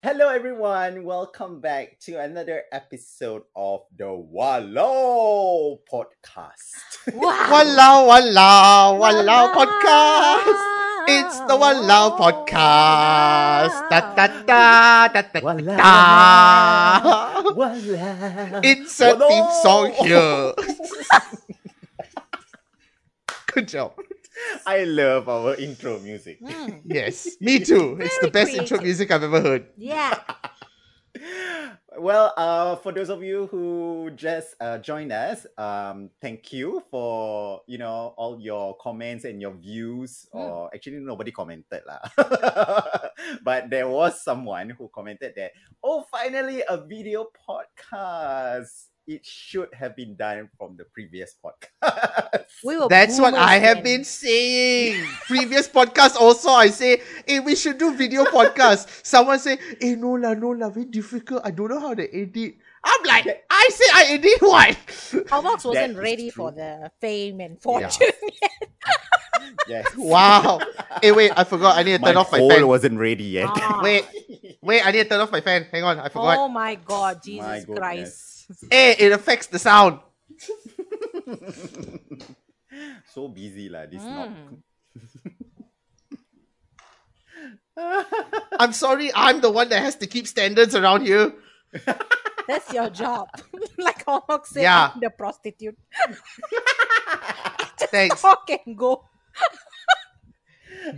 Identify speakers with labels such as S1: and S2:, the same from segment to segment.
S1: Hello, everyone. Welcome back to another episode of the Wallow Podcast.
S2: Wow.
S3: Walao, walao, walao podcast. It's the walao podcast. Da, da, da, da, da,
S1: Walao.
S3: da.
S1: Wallow.
S3: It's a
S1: Walao.
S3: theme song here. Good job.
S1: I love our intro music.
S2: Hmm.
S3: Yes, me too. It's the
S2: Very
S3: best intro
S2: creative.
S3: music I've ever heard.
S2: Yeah.
S1: Well, uh, for those of you who just uh, joined us, um, thank you for you know all your comments and your views.
S2: Hmm.
S1: Or actually, nobody commented lah, but there was someone who commented that oh, finally a video podcast. It should have been done from the previous podcast.
S2: We were
S3: That's what I
S2: boomers
S3: have
S2: then.
S3: been saying. Previous podcast also I say, hey, we should do video podcast. Someone say, hey, no la, no la, very difficult. I don't know how to edit. I'm like, I say I edit what?
S2: Our box wasn't
S1: is
S2: ready
S1: true.
S2: for the fame and fortune.
S1: yes.
S3: wow. Hey, wait, I forgot. I need to
S1: My
S3: turn off my
S1: poll
S3: fan.
S1: wasn't ready yet.
S2: Ah,
S3: Wait, wait, I need to turn off my fan. Hang on, I forgot.
S2: Oh my God, Jesus
S1: My goodness.
S2: Christ.
S3: Hey, it affects the sound.
S1: so busy lah.
S3: Hmm.
S1: This knob.
S2: Mm.
S3: I'm sorry, I'm the one that has to keep standards around here.
S2: That's your job. like Hawk said,
S3: Yeah.
S2: I'm the prostitute.
S3: Thanks.
S2: Hawk can go.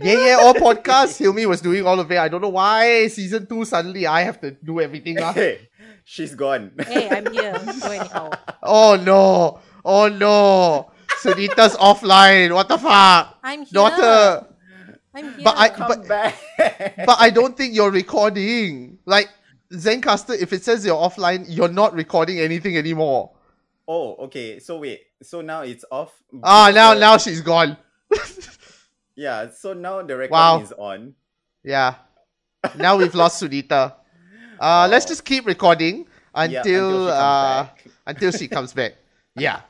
S3: Yeah, yeah, all podcasts. Hilmi was doing all of it. I don't know why season two suddenly I have to do everything. ah. lah.
S1: Hey, she's gone.
S2: Hey, I'm here. Go anyhow.
S3: Oh no! Oh no! Sunita's offline. What the fuck?
S2: I'm here.
S3: Daughter,
S2: I'm here.
S3: But I-
S1: Come
S3: But-
S1: back.
S3: but I don't think you're recording. Like Zencaster, if it says you're offline, you're not recording anything anymore.
S1: oh, okay. So wait. So now it's off.
S3: Ah, now
S1: So-
S3: now she's gone.
S1: Yeah. So now the recording
S3: Wow.
S1: is on.
S3: Yeah. Now we've lost Sunita. Uh, let's just keep recording
S1: Oh. Yeah,
S3: until
S1: until she comes
S3: uh,
S1: back.
S3: until she comes back. Yeah.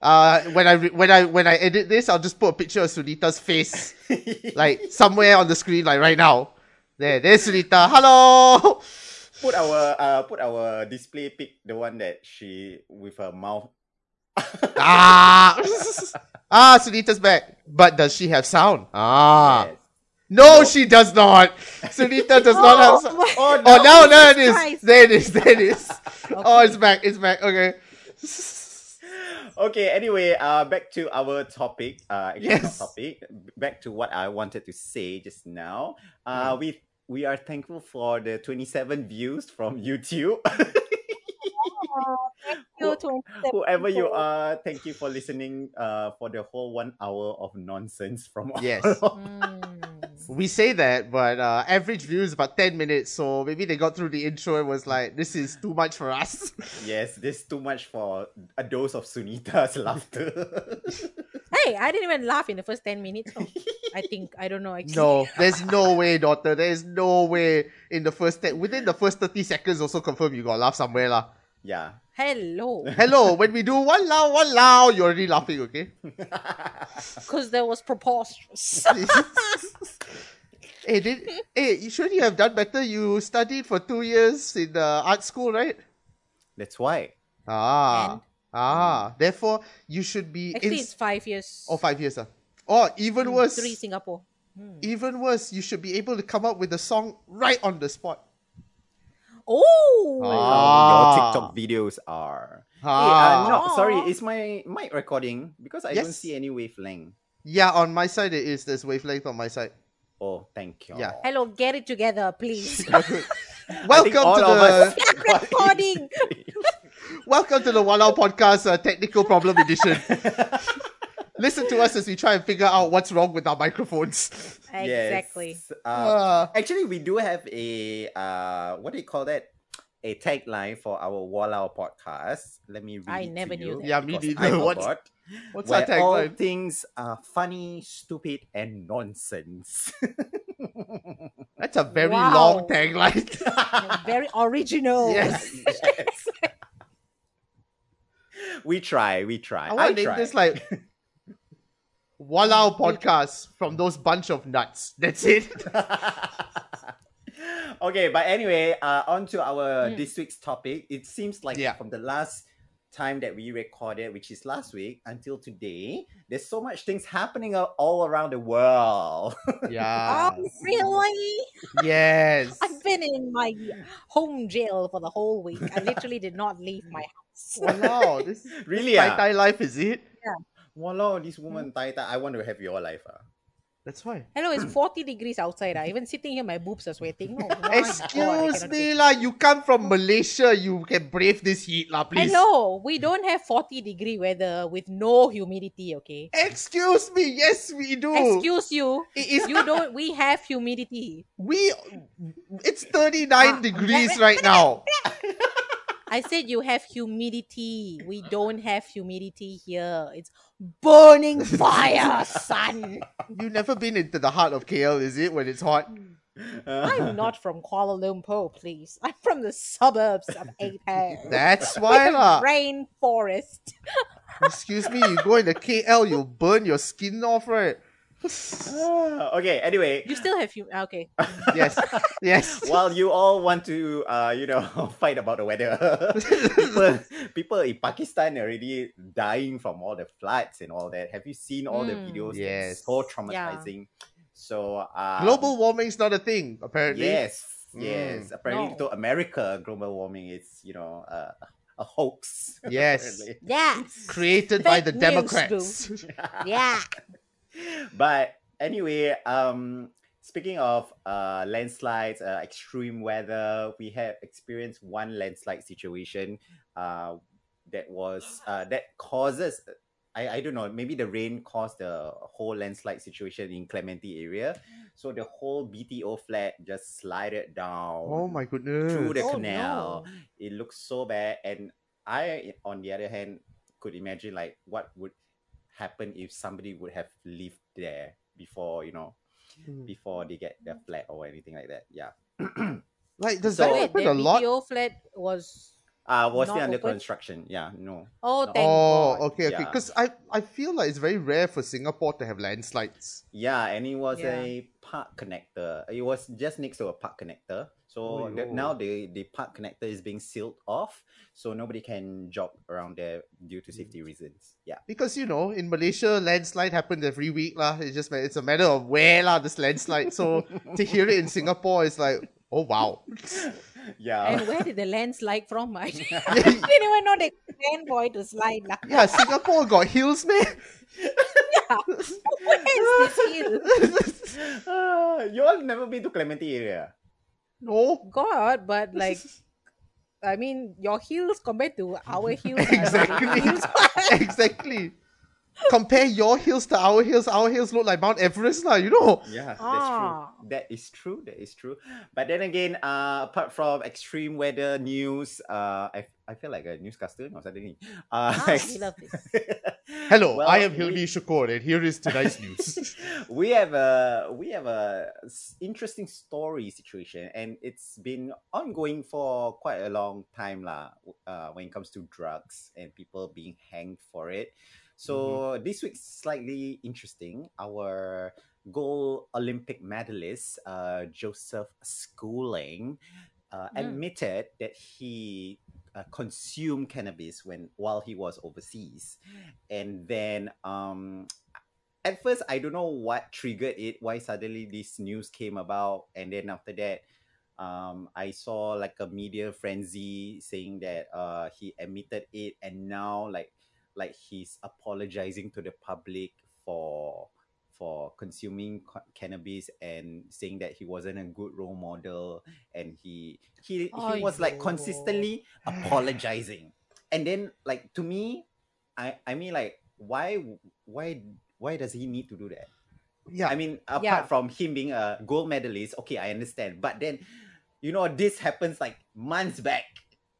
S3: Uh, when I re- when I when I edit this, I'll just put a picture of Sunita's face, like somewhere on the screen, like right now. There, there's Sunita. Hello.
S1: Put our uh, put our display pic, the one that she with her mouth.
S3: Ah, ah, Sunita's back. But does she have sound? Ah,
S1: Yes.
S3: no, she does not. Sunita does not have. sound.
S2: my-
S1: Oh no.
S3: Oh, now there it is.
S2: Christ.
S3: There it is. There it is. Oh,
S2: Okay.
S3: it's back. It's back. Okay.
S1: Okay. Anyway, uh, back to our topic. Uh, actually not
S3: Yes.
S1: topic. Back to what I wanted to say just now. Uh,
S3: Hmm.
S1: we we are thankful for the twenty seven views from YouTube.
S2: You to-
S1: whoever you
S3: Oh.
S1: are thank you for listening uh for the whole one hour of nonsense from all
S3: Yes.
S1: of-
S2: Mm.
S3: We say that, but uh, average view is about 10 minutes, so maybe they got through the intro and was like, this is too much for us.
S1: yes this too much for a dose of sunita's laughter
S2: Hey, I didn't even laugh in the first 10 minutes. Oh, I think. I don't know. Actually.
S3: no, there's no way, daughter. There's no way in the first, te- within the first 30 seconds, also confirm you got to laugh somewhere. lah.
S1: yeah
S2: Hello.
S3: Hello, when we do one lao, one lao, you're already laughing, okay?
S2: Because there was preposterous.
S3: hey, Eh, did, hey, you should you have done better? You studied for two years in the art school, right?
S1: that's why
S3: Ah.
S2: And?
S3: Ah. Therefore, you should be.
S2: Actually, it's
S3: ins-
S2: five years.
S3: Or five years. ah. Or even worse,
S2: Three Singapore. Hmm.
S3: even worse, you should be able to come up with a song right on the spot.
S2: Oh,
S1: how
S3: Ah.
S1: your tiktok videos are
S2: Eh,
S3: Ah.
S1: hey, uh, no sorry
S2: Aw.
S1: is my mic recording because i don't
S3: Yes.
S1: see any wavelength
S3: Yeah, on my side it is. There's wavelength on my side.
S1: oh thank you
S3: Yeah.
S2: hello, get it together, please.
S3: Welcome
S1: all
S3: to
S1: of us-
S3: the
S2: Recording.
S3: welcome to the Walao Podcast uh, Technical Problem Edition. Listen to us as we try and figure out what's wrong with our microphones.
S2: Exactly.
S1: Yes. Uh,
S3: Uh,
S1: actually we do have a uh what do you call that a tagline for our Wallow podcast let me read
S2: I
S1: it to
S2: never
S1: you
S2: knew that.
S3: Yeah, me
S1: because
S3: neither.
S1: I
S3: What's-
S1: forgot.
S3: what's
S1: where
S3: our
S1: all
S3: tagline?
S1: things are funny stupid and nonsense
S3: That's a very
S2: Wow.
S3: long tagline.
S2: Very original.
S3: yes.
S1: Yes. we try we try
S3: I want to name
S1: try.
S3: this like Walao Podcast from those bunch of nuts. That's it.
S1: okay, but anyway, uh, on to our
S2: Mm.
S1: this week's topic. It seems like
S3: Hmm. Yeah.
S1: from the last time that we recorded, which is last week, until today, there's so much things happening a- all around the world.
S3: Yeah.
S2: Oh, really?
S3: yes.
S2: I've been in my home jail for the whole week. I literally did not leave my house.
S3: Wow, this is
S1: really?
S3: yeah.
S1: Yeah.
S3: Thai life, is it?
S1: Walao, this woman
S3: Hmm.
S1: tai tai. I want to have your life. Ah,
S3: That's why.
S2: Hello, it's 40 degrees outside. ah. Even sitting here, my boobs are sweating. Oh, my God, I
S3: Excuse
S2: cannot
S3: me,
S2: take
S3: lah. You come from Malaysia. You can brave this heat, lah,
S2: it.
S3: please.
S2: Hello, we don't have 40 degree weather with no humidity, okay?
S3: Excuse me. Yes, we do.
S2: Excuse you.
S3: it is.
S2: You don't, we have humidity.
S3: We. It's
S2: Ah,
S3: 39 degrees right now.
S2: I said you have humidity. We don't have humidity here. It's burning fire, son.
S3: You've never been into the heart of KL, is it? When it's hot.
S2: I'm not from Kuala Lumpur, please. I'm from the suburbs of Apex.
S3: That's why, lah.
S2: Rainforest.
S3: Excuse me. You go into KL, you'll burn your skin off, right?
S1: Ah, okay, anyway.
S2: You still have hum- ah, okay.
S3: Yes. Yes.
S1: while you all want to uh, you know fight about the weather people, people in pakistan already dying from all the floods and all that have you seen all the
S2: Mm.
S1: videos
S3: Hmm, Yes.
S1: It's so traumatizing so
S2: Um,
S1: uh,
S3: Global warming's not a thing, apparently.
S1: yes
S3: Mm.
S1: yes apparently to
S2: No.
S1: america global warming is you know uh, a hoax
S3: Yes.
S1: apparently.
S2: Yes.
S3: Created by the
S2: Fake news, boo.
S3: Democrats.
S2: Yeah.
S1: but anyway, um, speaking of uh, landslides, uh, extreme weather, we have experienced one landslide situation uh, that was uh, that causes. I, I don't know. Maybe the rain caused the whole landslide situation in Clementi area, so the whole BTO flat just slided down.
S3: Oh my goodness.
S1: The
S2: Oh,
S1: canal.
S2: no.
S1: It looks so bad, and I, on the other hand, could imagine like what would happen if somebody would have lived there before you know
S3: Mm.
S1: before they get their flat or anything like that. Yeah.
S3: Like, does
S1: So-
S3: that
S2: Wait, the
S3: happen a lot?
S2: BTO flat was
S1: Uh was still
S2: Not
S1: under
S2: open?
S1: construction. Yeah. No.
S2: oh
S1: No.
S2: thank
S3: Oh,
S2: God.
S3: okay, okay.
S1: Yeah.
S3: Because I, I feel like it's very rare for Singapore to have landslides.
S1: Yeah, and it was
S2: Yeah.
S1: a park connector. It was just next to a park connector. So
S3: Oh,
S1: the,
S3: yo.
S1: now the the park connector is being sealed off, so nobody can jog around there due to safety reasons. Yeah.
S3: Because you know, in Malaysia, landslide happens every week, lah. It's just ma- it's a matter of where, lah. This landslide. So to hear it in Singapore is like, oh wow.
S1: Yeah.
S2: And where did the landslide from? I didn't even know they land for it to slide. lah.
S3: yeah, Singapore got hills, man.
S2: Where is this hill?
S1: Ah, you all never been to Clementi area?
S3: No,
S2: God, but like, I mean, your heels compared to our heels. are
S3: Exactly.
S2: heels.
S3: exactly. Compare your hills to our hills. Our hills look like Mount Everest, lah. You know.
S1: Yeah,
S2: Ah.
S1: that's true. That is true. That is true. But then again, uh, apart from extreme weather news, uh, I, I feel like a newscaster now suddenly. Uh,
S2: Ah, we love this.
S3: Hello,
S1: Well,
S3: I
S1: we-
S3: am Hilmi Shakur, and here is tonight's news.
S1: we have a we have a s- interesting story situation and it's been ongoing for quite a long time lah, uh, when it comes to drugs and people being hanged for it so
S3: Mm-hmm.
S1: this week's slightly interesting our gold olympic medalist uh, joseph schooling uh,
S2: Mm.
S1: admitted that he uh, consumed cannabis when while he was overseas and then um at first I don't know what triggered it, why suddenly this news came about, and then after that, um, I saw like a media frenzy saying that uh he admitted it, and now like like he's apologizing to the public for for consuming co- cannabis and saying that he wasn't a good role model and he he he was like
S2: Aiyo.
S1: consistently apologizing and then like to me i i mean like why why why does he need to do that
S3: yeah,
S1: i mean apart
S2: Yeah.
S1: from him being a gold medalist okay i understand but then you know this happens like months back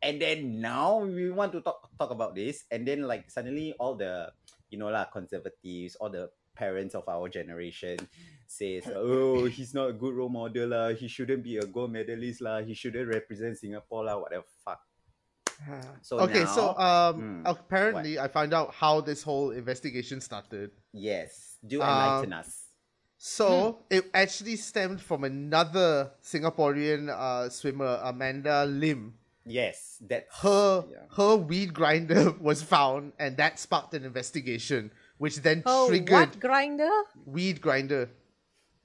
S1: and then now we want to talk talk about this and then like suddenly all the you know lah conservatives all the parents of our generation says oh he's not a good role model lah he shouldn't be a gold medalist lah he shouldn't represent singapore lah whatever fuck so
S3: Uh-huh. okay, so
S1: now-
S3: um,
S1: Hmm,
S3: apparently I found out how this whole investigation started.
S1: yes do
S3: uh,
S1: enlighten us
S3: So
S2: Hmm.
S3: it actually stemmed from another Singaporean uh, swimmer, Amanda Lim.
S1: Yes, that
S3: Her
S1: Yeah.
S3: her weed grinder was found, and that sparked an investigation, which then
S2: Oh, what
S3: triggered
S2: grinder?
S3: weed grinder.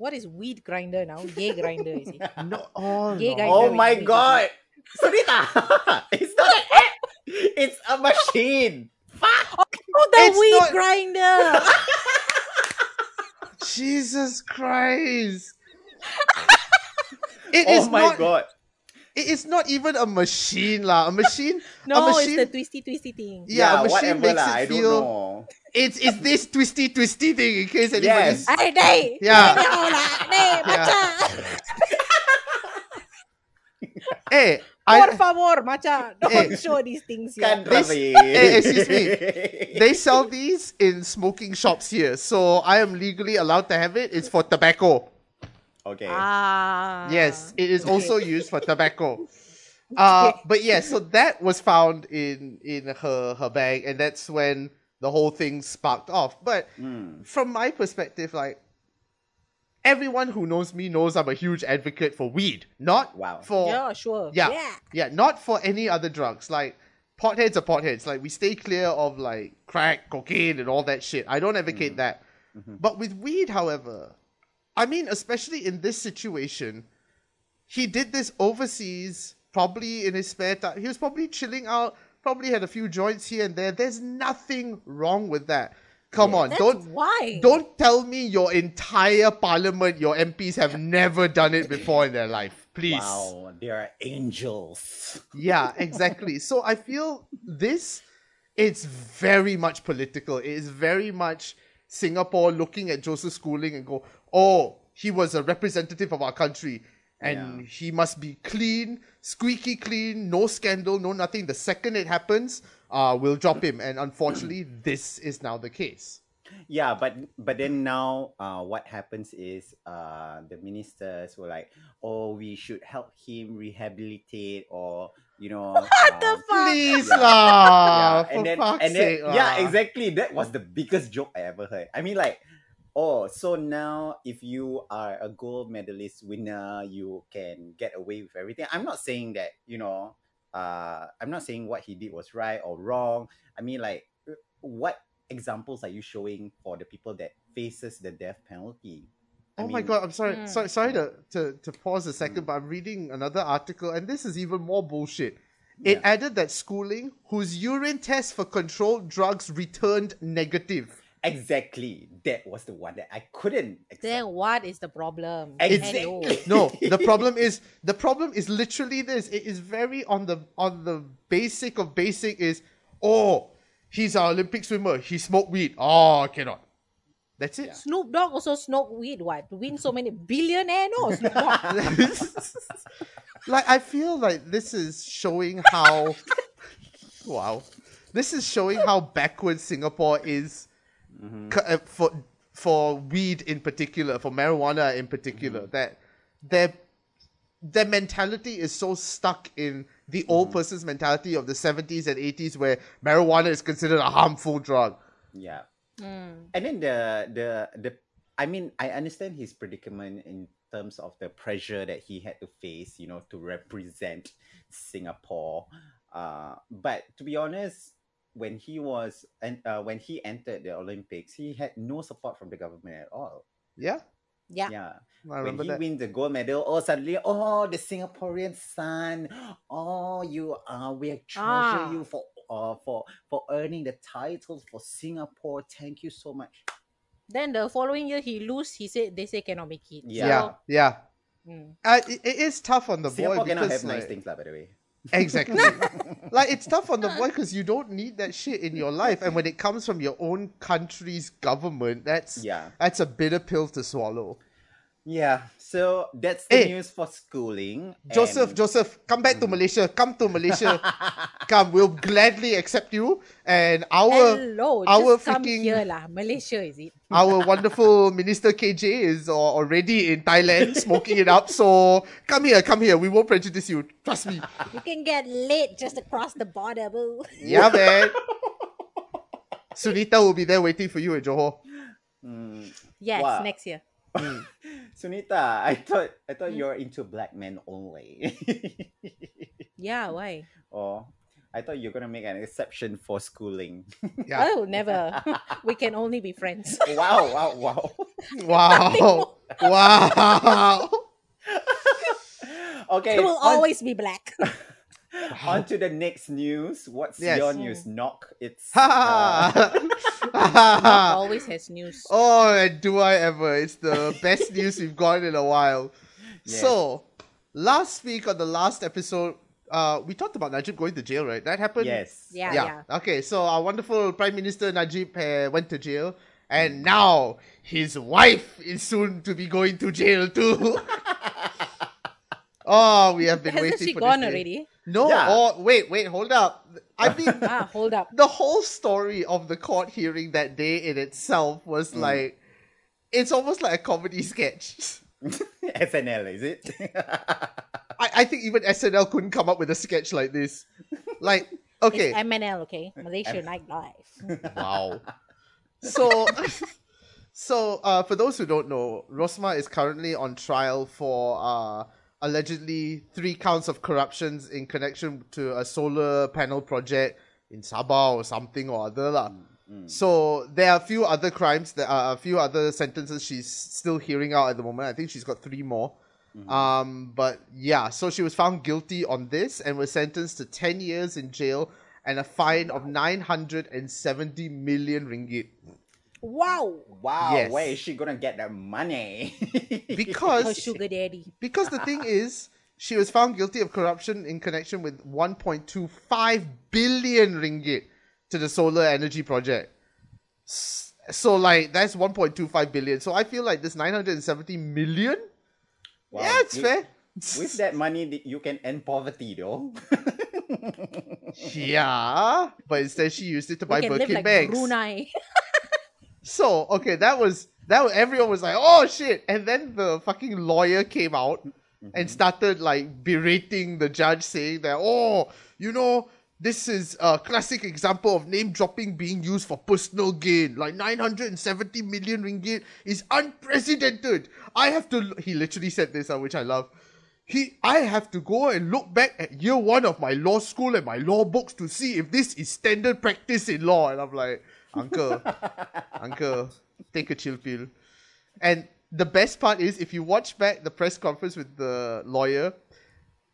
S2: What is weed grinder now? Gay grinder is it?
S3: No, oh,
S2: Gay
S3: no.
S2: guy.
S1: Oh
S2: know
S1: my
S2: it, we
S1: god! Sunita! it's not an app! It's a machine! Fuck!
S2: Oh, the
S3: It's
S2: weed
S3: not-
S2: grinder.
S3: Jesus Christ! It
S1: oh
S3: is
S1: my
S3: not.
S1: god!
S3: It is not even a machine, lah. A machine.
S2: No,
S3: a
S2: it's
S3: machine.
S2: the twisty twisty thing.
S3: yeah, a machine
S1: whatever
S3: makes
S1: lah, I
S3: it feel.
S1: don't know.
S3: It's it's this twisty twisty thing. In case anybody's
S1: Yes.
S2: Hey, day.
S3: Yeah.
S2: Hey, macha.
S3: Hey,
S2: Por
S3: I,
S2: favor, macha. Don't
S3: Eh.
S2: show these things here.
S1: Can't
S3: This-
S1: Ravi.
S3: eh, excuse me. they sell these in smoking shops here, so I am legally allowed to have it. It's for tobacco.
S1: Okay.
S2: Ah.
S3: Yes, it is
S2: Okay.
S3: also used for tobacco. Uh, but yeah, so that was found in in her her bag, and that's when the whole thing sparked off. But
S1: Mm.
S3: from my perspective, like everyone who knows me knows I'm a huge advocate for weed, not
S1: Wow.
S3: for
S2: Yeah, sure.
S3: yeah, yeah, not for any other drugs. Like potheads are potheads. Like we stay clear of like crack, cocaine, and all that shit. I don't advocate that. But with weed, however, I mean, especially in this situation, he did this overseas, probably in his spare time. He was probably chilling out, probably had a few joints here and there. There's nothing wrong with that. Come on,
S2: That's
S3: don't
S2: why.
S3: don't tell me your entire parliament, your MPs have never done it before in their life. Please.
S1: Wow, they are angels.
S3: Yeah, exactly. so I feel this it's very much political. It is very much Singapore looking at Joseph Schooling and go, "Oh, he was a representative of our country and
S1: Yeah.
S3: he must be clean, squeaky clean, no scandal, no nothing. The second it happens, uh we'll drop him." And unfortunately, this is now the case.
S1: Yeah, but but then now, uh, what happens is uh, the ministers were like, "Oh, we should help him rehabilitate," or you know,
S2: What the
S1: um,
S2: fuck?
S3: Please
S1: Yeah.
S3: lah,
S1: yeah, and
S3: Oh, for
S1: then,
S3: fuck's
S1: and then
S3: sake lah.
S1: yeah, exactly. That was the biggest joke I ever heard. I mean, like, oh, so now if you are a gold medalist winner, you can get away with everything. I'm not saying that you know, uh, I'm not saying what he did was right or wrong. I mean, like, what examples are you showing for the people that faces the death penalty? I
S3: oh my
S1: mean-
S3: god, I'm sorry,
S2: Mm.
S3: sorry, sorry to, to, to pause a second, but I'm reading another article, and this is even more bullshit. It
S1: Yeah.
S3: added that Schooling, whose urine test for controlled drugs returned negative.
S1: Exactly, that was the one that I couldn't.
S2: Then
S1: Accept.
S2: what is the problem?
S1: Exactly.
S2: Hello.
S3: No, the problem is the problem is literally this. It is very on the on the basic of basic is oh he's an Olympic swimmer. He smoked weed. Oh, cannot. That's it.
S2: Snoop Dogg also smoke weed. What to win so many billionaire? No, Snoop Dogg.
S3: like I feel like this is showing how wow, this is showing how backwards Singapore is
S1: Mm-hmm.
S3: c- uh, for for weed in particular, for marijuana in particular.
S1: Mm-hmm.
S3: That their their mentality is so stuck in the old
S1: Mm-hmm.
S3: person's mentality of the seventies and eighties, where marijuana is considered a harmful drug.
S1: yeah.
S2: Mm.
S1: and then the the the i mean i understand his predicament in terms of the pressure that he had to face you know to represent singapore uh but to be honest when he was and uh, when he entered the olympics he had no support from the government at all
S3: Yeah,
S2: Yeah.
S1: yeah
S3: I
S1: when
S3: remember
S1: he
S3: that.
S1: wins the gold medal oh suddenly oh the singaporean son oh you are we treasure
S2: Ah.
S1: you for uh, for for earning the title for singapore thank you so much
S2: Then the following year he lose. He said they say cannot make it.
S1: Yeah.
S3: yeah, yeah.
S2: So, mm.
S3: Uh, it, it is tough on the
S1: Singapore
S3: boy
S1: cannot
S3: because
S1: have nice
S3: like-
S1: things, lah, by the way.
S3: Exactly. like it's tough on the boy because you don't need that shit in your life, and when it comes from your own country's government, that's
S1: Yeah.
S3: that's a bitter pill to swallow.
S1: Yeah. So that's the
S3: Eh.
S1: news for schooling.
S3: Joseph,
S1: and-
S3: Joseph, come back to Malaysia. Come to Malaysia. come, we'll gladly accept you. And our
S2: Hello.
S3: our
S2: just come
S3: freaking-
S2: here lah. Malaysia is it?
S3: our wonderful minister KJ is al- already in Thailand smoking it up. So come here, come here. We won't prejudice you. Trust me.
S2: You can get laid just across the border, boo.
S3: Yeah, man. Sunita will be there waiting for you at Johor.
S1: Mm,
S2: yes,
S1: Wow.
S2: next year.
S3: Mm.
S1: Sunita, I thought I thought
S2: Mm.
S1: you're into black men only.
S2: Yeah, why?
S1: or I thought you're gonna make an exception for schooling.
S3: Yeah.
S2: Oh, never. we can only be friends.
S1: wow, wow, wow.
S3: Wow. wow.
S1: Okay.
S2: It will
S1: on-
S2: always be black.
S1: On to the next news. What's
S3: Yes.
S1: your
S2: Mm.
S1: news? Knock. It's uh,
S3: Ha.
S2: always has news.
S3: Ah. Oh, and do I ever? It's the best news we've gotten in a while.
S1: Yes.
S3: So, last week on the last episode, uh, we talked about Najib going to jail, right? That happened?
S1: yes.
S2: Yeah.
S3: Okay, so our wonderful Prime Minister Najib uh, went to jail, and now his wife is soon to be going to jail too. oh, we have been
S2: Hasn't
S3: waiting
S2: she
S3: for
S2: gone
S3: this day.
S2: already?
S3: No,
S1: Yeah.
S3: oh, wait, wait, hold up. I mean,
S2: Ah, hold up.
S3: the whole story of the court hearing that day in itself was
S1: Mm.
S3: like it's almost like a comedy sketch.
S1: SNL is it?
S3: I, I think even SNL couldn't come up with a sketch like this. Like,
S2: It's
S3: okay. Mm,
S2: MNL, okay? Malaysia nightlife.
S3: Wow. So so uh, for those who don't know, Rosma is currently on trial for uh, allegedly three counts of corruptions in connection to a solar panel project in Sabah or something or other lah.
S1: Mm.
S3: So there are a few other crimes. There are a few other sentences she's still hearing out at the moment. I think she's got three more.
S1: Mhm.
S3: Um, but yeah, so she was found guilty on this and was sentenced to ten years in jail and a fine of nine hundred and seventy million ringgit
S2: wow.
S1: Wow,
S3: Yes.
S1: where is she gonna get that money?
S2: Her
S3: because
S2: sugar daddy.
S3: because the thing is she was found guilty of corruption in connection with one point two five billion ringgit to the solar energy project. S- So like that's one point two five billion. So I feel like this nine hundred and seventy million.
S1: Wow,
S3: yeah, it's
S1: with-
S3: fair.
S1: With that money, th- you can end poverty, though.
S3: Yeah, but instead she used it to buy
S2: we can live
S3: Birkin
S2: like
S3: bags.
S2: Brunei.
S3: So okay, that was that. Was, everyone was like, "Oh shit!" And then the fucking lawyer came out and started like berating the judge, saying that, "Oh, you know." This is a classic example of name dropping being used for personal gain. Like 970 million ringgit is unprecedented. I have to. He literally said this, uh, which I love. He, I have to go and look back at year one of my law school and my law books to see if this is standard practice in law. And I'm like, Uncle, Uncle, take a chill pill. And the best part is, if you watch back the press conference with the lawyer,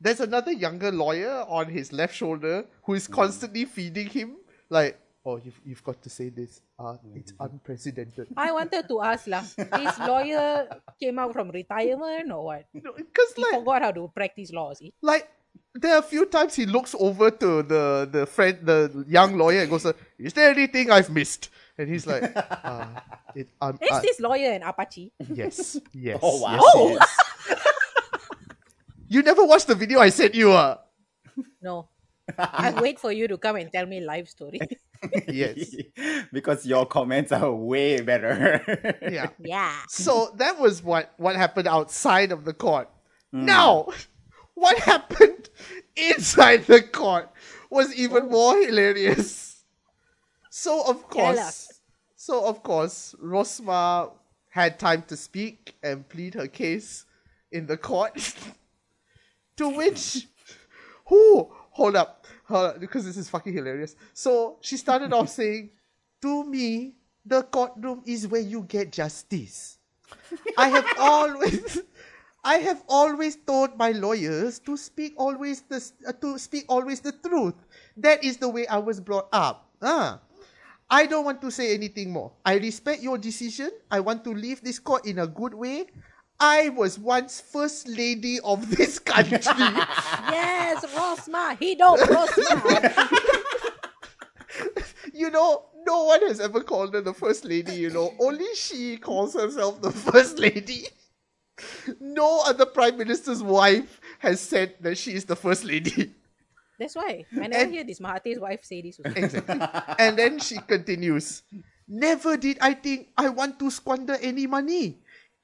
S3: there's another younger lawyer on his left shoulder who is constantly feeding him, like, oh, you've, you've got to say this. Uh, it's unprecedented.
S2: I wanted to ask lah. This lawyer came out from retirement or what?
S3: Because,
S2: He
S3: like,
S2: forgot how to practice law. See?
S3: like, there are a few times he looks over to the, the friend, the young lawyer, and goes, uh, is there anything I've missed? And he's like, uh, it, um,
S2: Is
S3: uh,
S2: this lawyer an Apache?
S3: yes, yes.
S1: Oh, wow.
S3: yes, yes. You never watched the video I sent you, uh?
S2: No. I wait for you to come and tell me life story.
S3: Yes.
S1: because your comments are way better.
S3: Yeah.
S2: yeah.
S3: So that was what what happened outside of the court. Now, what happened inside the court was even more hilarious. So of course,
S2: us.
S3: so of course, Rosma had time to speak and plead her case in the court. to which, who hold up, hold up, because this is fucking hilarious. So she started off saying, "To me, the courtroom is where you get justice." I have always, I have always told my lawyers to speak always the uh, to speak always the truth. That is the way I was brought up. Ah. I don't want to say anything more. I respect your decision. I want to leave this court in a good way. I was once first lady of this country.
S2: Yes, Rosma. He don't Rosma.
S3: you know, no one has ever called her the first lady, you know. Only she calls herself the first lady. No other prime minister's wife has said that she is the first lady.
S2: That's why. I never
S3: And-
S2: hear this Mahathir's wife say this. also.
S3: Exactly. and then she continues. Never did I think I want to squander any money.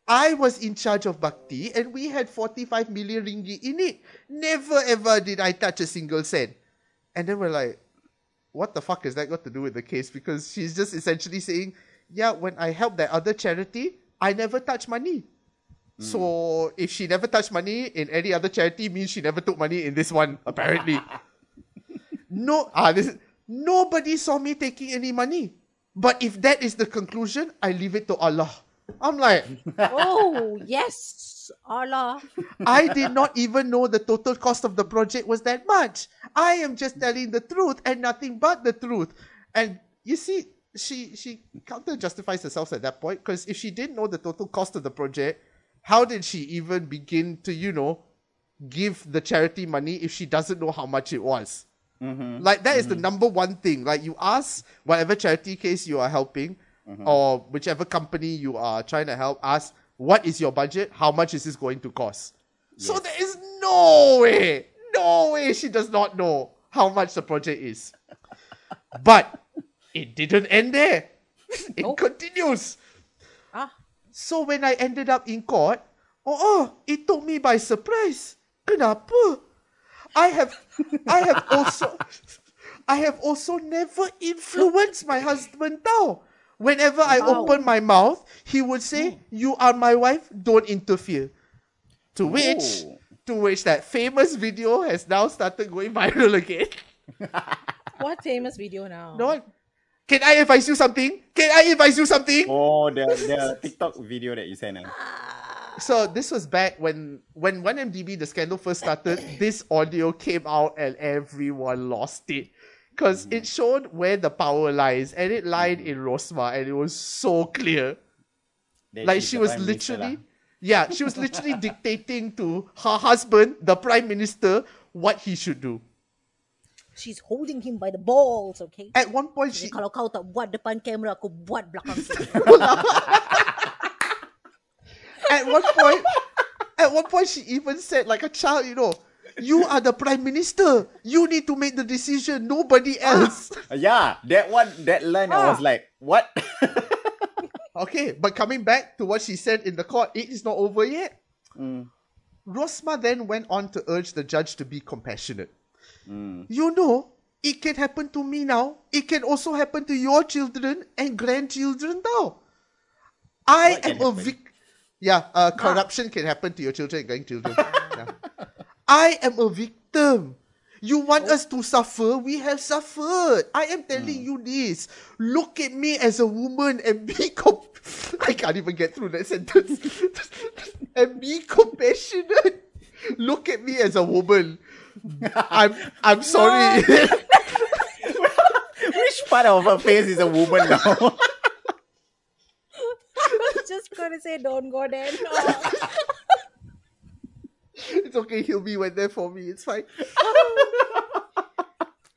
S3: I was in charge of Bhakti and we had 45 million ringgit in it. Never ever did I touch a single cent. And then we're like, what the fuck has that got to do with the case? Because she's just essentially saying, yeah, when I helped that other charity, I never touch money. So if she never touched money in any other charity, means she never took money in this one, apparently. no ah this nobody saw me taking any money. But if that is the conclusion, I leave it to Allah. I'm like,
S2: oh yes, Allah.
S3: I did not even know the total cost of the project was that much. I am just telling the truth and nothing but the truth. And you see, she she counter justifies herself at that point because if she didn't know the total cost of the project, how did she even begin to you know give the charity money if she doesn't know how much it was? Like that is the number one thing. Like you ask whatever charity case you are helping or whichever company you are trying to help, ask what is your budget? How much is this going to cost? So there is no way, no way she does not know how much the project is. but it didn't end there. It
S2: Nope.
S3: continues.
S2: Ah,
S3: So when I ended up in court, oh, oh it took me by surprise. Kenapa? I have, I have also, I have also never influenced my husband now. Whenever I
S2: Wow.
S3: open my mouth, he would say, "You are my wife. Don't interfere." To which,
S1: Oh.
S3: to which that famous video has now started going viral again.
S2: what famous video now?
S3: No, can I advise you something? Can I advise you something?
S1: Oh, the, the TikTok video that you sent. ah. us.
S3: So this was back when when 1MDB the scandal first started. this audio came out and everyone lost it because
S1: Mm.
S3: it showed where the power lies and it lied in Rosma and it was so clear.
S1: That
S3: Like
S1: is
S3: she
S1: the
S3: was
S1: Prime Minister
S3: literally,
S1: lah.
S3: yeah, she was literally dictating to her husband, the prime minister, what he should do.
S2: She's holding him by the balls, okay?
S3: At one point, she
S2: Jadi kalau kau tak buat depan kamera, aku buat belakang.
S3: at one point, at one point, she even said, like a child, you know, you are the prime minister. You need to make the decision. Nobody else.
S1: Yeah, that one, that line, I was
S2: Ah.
S1: like, what?
S3: okay, but coming back to what she said in the court, it is not over yet. Rosma then went on to urge the judge to be compassionate. You know, it can happen to me now. It can also happen to your children and grandchildren now. I
S1: What can
S3: am a
S1: happen?
S3: victim. Yeah, uh, corruption can happen to your children and grandchildren. Yeah. I am a victim. You want us to suffer? We have suffered. I am telling you this. Look at me as a woman and be comp- I can't even get through that sentence. and be compassionate. Look at me as a woman. I'm I'm sorry.
S1: Which part of her face is a woman now?
S2: I was just gonna say don't go there. No.
S3: it's okay, he'll be right there for me. It's fine.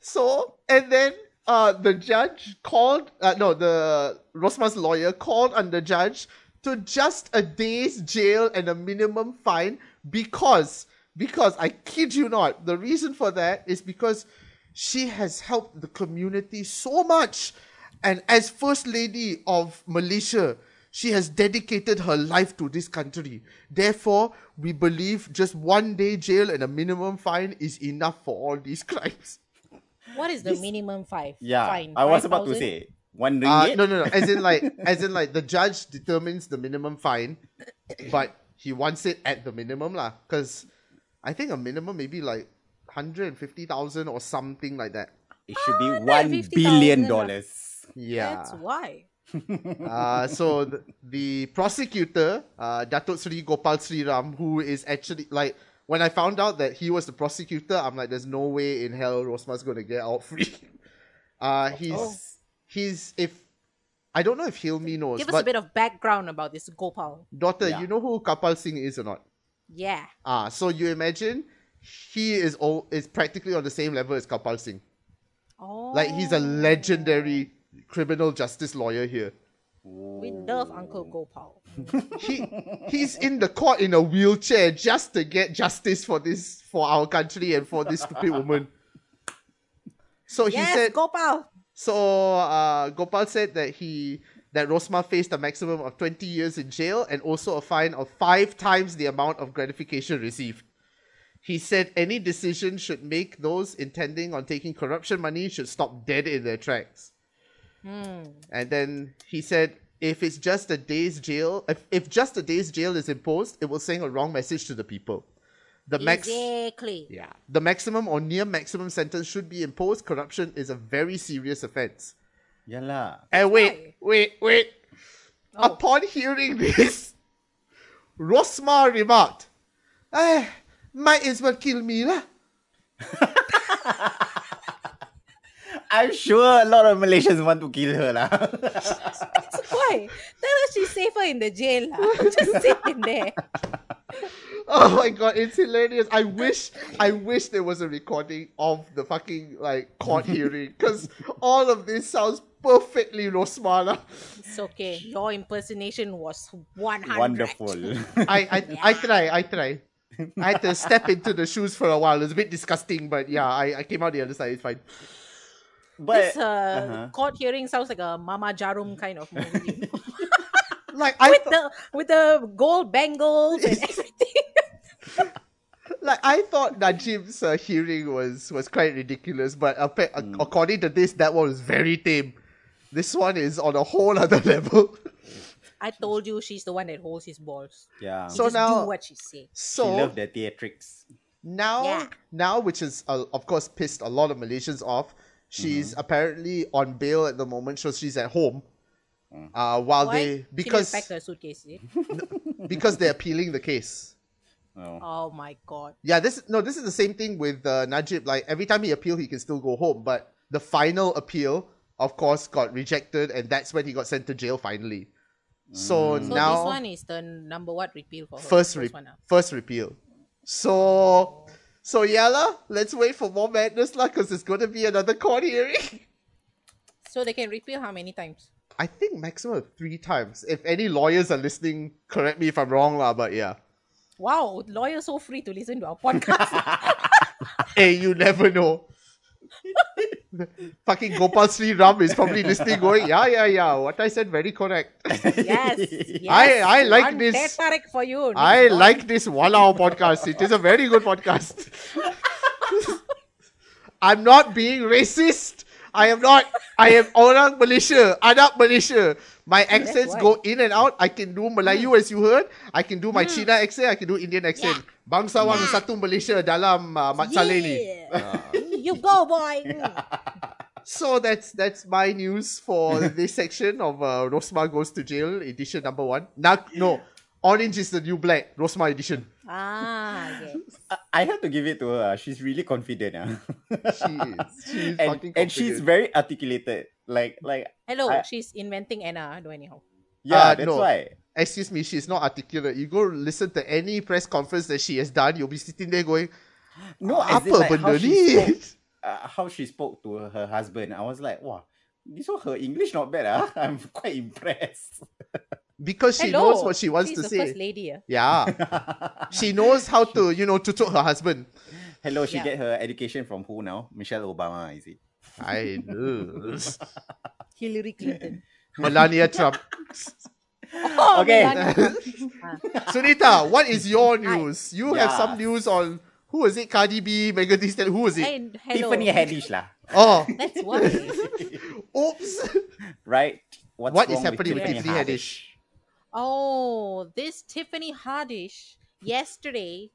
S3: so, and then uh, the judge called, uh, no, the Rosma's lawyer called on the judge to just a day's jail and a minimum fine because, because I kid you not, the reason for that is because she has helped the community so much. And as First Lady of Malaysia, she has dedicated her life to this country. Therefore, we believe just one day jail and a minimum fine is enough for all these crimes.
S2: What is the minimum five?
S1: yeah,
S2: Fine,
S1: I was
S2: five
S1: about to
S2: thousand?
S1: say, one
S3: Uh,
S1: ringgit?
S3: no, no, no. As in like, as in like, the judge determines the minimum fine, but he wants it at the minimum lah. Because I think a minimum maybe like hundred and fifty thousand or something like that.
S1: It should be one
S2: 150,000
S1: billion
S2: lah.
S1: dollars.
S3: Yeah.
S2: That's why.
S3: Uh, so the, the prosecutor, uh, Datuk Sri Gopal Sri Ram, who is actually like when I found out that he was the prosecutor, I'm like, there's no way in hell Rosma's gonna get out free. Uh,
S2: Oh.
S3: he's
S1: Oh.
S3: he's if I don't know if Hilmi knows,
S2: Give us
S3: but
S2: a bit of background about this Gopal.
S3: daughter,
S1: Yeah.
S3: you know who Kapal Singh is or not?
S2: Yeah.
S3: Ah, so you imagine he is all is practically on the same level as Kapal Singh.
S2: Oh.
S3: Like he's a legendary criminal justice lawyer here.
S2: We love Uncle Gopal.
S3: he he's in the court in a wheelchair just to get justice for this for our country and for this stupid woman. So he
S2: yes,
S3: said
S2: Gopal.
S3: so uh, Gopal said that he that Rosma faced a maximum of 20 years in jail and also a fine of 5 times the amount of gratification received. He said any decision should make those intending on taking corruption money should stop dead in their tracks. And then he said if it's just a day's jail, if, if just a day's jail is imposed, it will send a wrong message to the people. The max,
S2: Exactly.
S3: yeah, the maximum or near maximum sentence should be imposed. Corruption is a very serious offense.
S1: Yeah lah.
S3: And wait, wait, wait.
S2: Oh.
S3: Upon hearing this, Rosma remarked, eh, might as well kill me lah.
S1: I'm sure a lot of Malaysians want to kill her lah.
S2: Why? Tell her she's safer in the jail. lah. Just sit in there.
S3: Oh my god, it's hilarious. I wish I wish there was a recording of the fucking like court hearing because all of this sounds perfectly Rosmana.
S2: It's okay. Your impersonation was 100.
S1: Wonderful.
S3: I I, I try, I try. I had to step into the shoes for a while. It's a bit disgusting, but yeah, I, I came out the other side. It's fine.
S1: but
S2: this uh,
S1: uh-huh.
S2: court hearing sounds like a Mama Jarum kind of movie.
S3: Like Mm. I
S2: with
S3: thought-
S2: the with the gold bangles and everything.
S3: like I thought Najib's uh, hearing was was quite ridiculous, but appa-
S1: Mm.
S3: according to this, that one was very tame. This one is on a whole other level.
S2: I told you she's the one that holds his balls.
S1: yeah,
S2: You
S3: So
S2: just
S3: now-
S2: do what she say.
S1: she
S3: So
S1: loved the theatrics.
S3: now
S2: Yeah.
S3: now which is uh, of course pissed a lot of malaysians off she's
S1: Mm-hmm.
S3: apparently on bail at the moment so she's at home
S1: Mm.
S3: uh, while
S2: Why?
S3: they
S2: she didn't
S3: because
S2: pack her suitcase. eh?
S3: because they're appealing the case
S1: Oh.
S2: Oh my god.
S3: yeah this no this is the same thing with uh, najib like every time he appealed he can still go home but the final appeal of course got rejected and that's when he got sent to jail finally so
S2: Mm. So
S3: now
S2: this one is the number one repeal for her.
S3: first re-
S2: First one, ah.
S3: first repeal. So so yeah lah, let's wait for more madness lah, because there's gonna be another court hearing.
S2: So they can repeal how many times?
S3: I think maximum of three times. If any lawyers are listening, correct me if I'm wrong lah, but yeah.
S2: Wow, lawyers so free to listen to our podcast.
S3: hey, you never know. Fucking Gopal Sri Ram is probably listening going, yeah, yeah, yeah. What I said very correct.
S2: yes, yes.
S3: I like
S2: One
S3: this.
S2: dead Tarek for you.
S3: I
S2: Next one.
S3: like this one hour podcast. It is a very good podcast. I'm not being racist. I am not. I am orang Malaysia, anak Malaysia. My accents
S2: why. Hmm.
S3: go in and out. I can do Melayu as you heard. I can do my China accent. I can do Indian accent. Bangsawan satu Malaysia dalam uh, Mat Salleh ni.
S2: Yeah. you go, boy. Ah,
S3: So that's that's my news for this section of uh, Rosma goes to jail edition number one. Now, no, orange is the new black. Rosma edition.
S2: Ah, yes.
S1: I have to give it to her. ah. She's really confident. ah.
S3: She is. She is
S1: and,
S3: fucking
S1: and she's
S3: confident.
S1: very articulated. Like like
S2: Hello,
S1: I-
S2: she's inventing Anna. Do anyhow.
S1: yeah,
S3: Uh,
S1: that's
S3: no.
S1: why.
S3: excuse me, she's not articulate. You go listen to any press conference that she has done, you'll be sitting there going,
S1: No, Oh, as in,
S3: Apa
S1: like, how
S3: benda
S1: she
S3: ni?
S1: spoke, uh, how she spoke to her husband. I was like, wow, this one her English not bad. Ah, I'm quite impressed.
S3: Because she
S2: Hello.
S3: knows what she wants
S2: she's the
S3: to say.
S2: First lady. ah.
S3: Yeah. she knows how to, you know, to talk her husband.
S1: Hello, she
S2: Yeah.
S1: get her education from who now? Michelle Obama, is it?
S3: I know.
S2: Hillary Clinton.
S3: Melania Trump.
S2: Oh,
S1: Okay.
S2: Melania Trump.
S3: Sunita, what is your news? You
S1: Yeah.
S3: have some news on who is it? Cardi B, Megan Thee Stallion, who is it?
S2: Hey, hello.
S1: Tiffany Haddish lah,
S3: Oh,
S2: That's why.
S3: oops.
S1: right? What's
S3: What is
S1: wrong
S3: happening with Tiffany Haddish?
S2: Oh, this Tiffany Haddish yesterday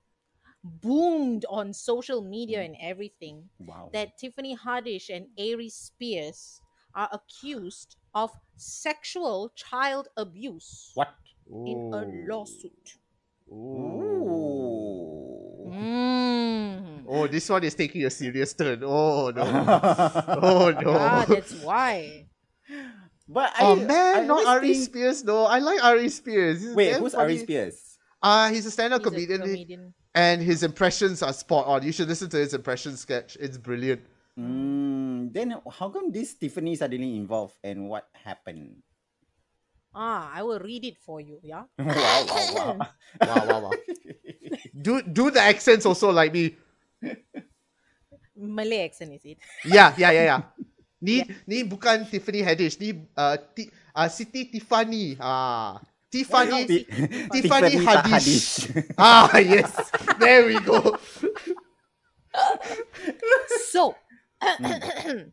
S2: boomed on social media and everything
S1: Wow.
S2: that Tiffany Haddish and Ari Spears are accused of sexual child abuse
S1: What?
S2: in
S3: Oh.
S2: a lawsuit.
S3: Mm.
S1: Ooh.
S2: Mm.
S3: Oh, this one is taking a serious turn. Oh no. Oh no.
S2: Ah, that's why.
S1: But I,
S3: Oh man,
S1: I
S3: not
S1: always
S3: Ari
S1: think-
S3: Spears though. I like Ari Spears. He's
S1: Wait,
S3: damn
S1: who's
S3: funny.
S1: Ari Spears?
S3: Uh, he's a stand-up
S2: He's a
S3: comedian,
S2: comedian.
S3: and his impressions are spot on. You should listen to his impression sketch. It's brilliant.
S1: Mm, then how come this Tiffany suddenly involved and what happened?
S2: Ah, I will read it for you. Yeah.
S1: wow, wow, wow.
S3: Wow, wow, wow. do do the accents also like me.
S2: Malay accent is it?
S3: Yeah, yeah, yeah, yeah. ya, Ni ni bukan Tiffany Haddish. Ni uh, ti, uh Siti Tiffany. Ah, Tiffany.
S1: Ti-
S3: Tiffany
S1: Haddish.
S3: Haddish. ah, yes. There we go.
S2: So,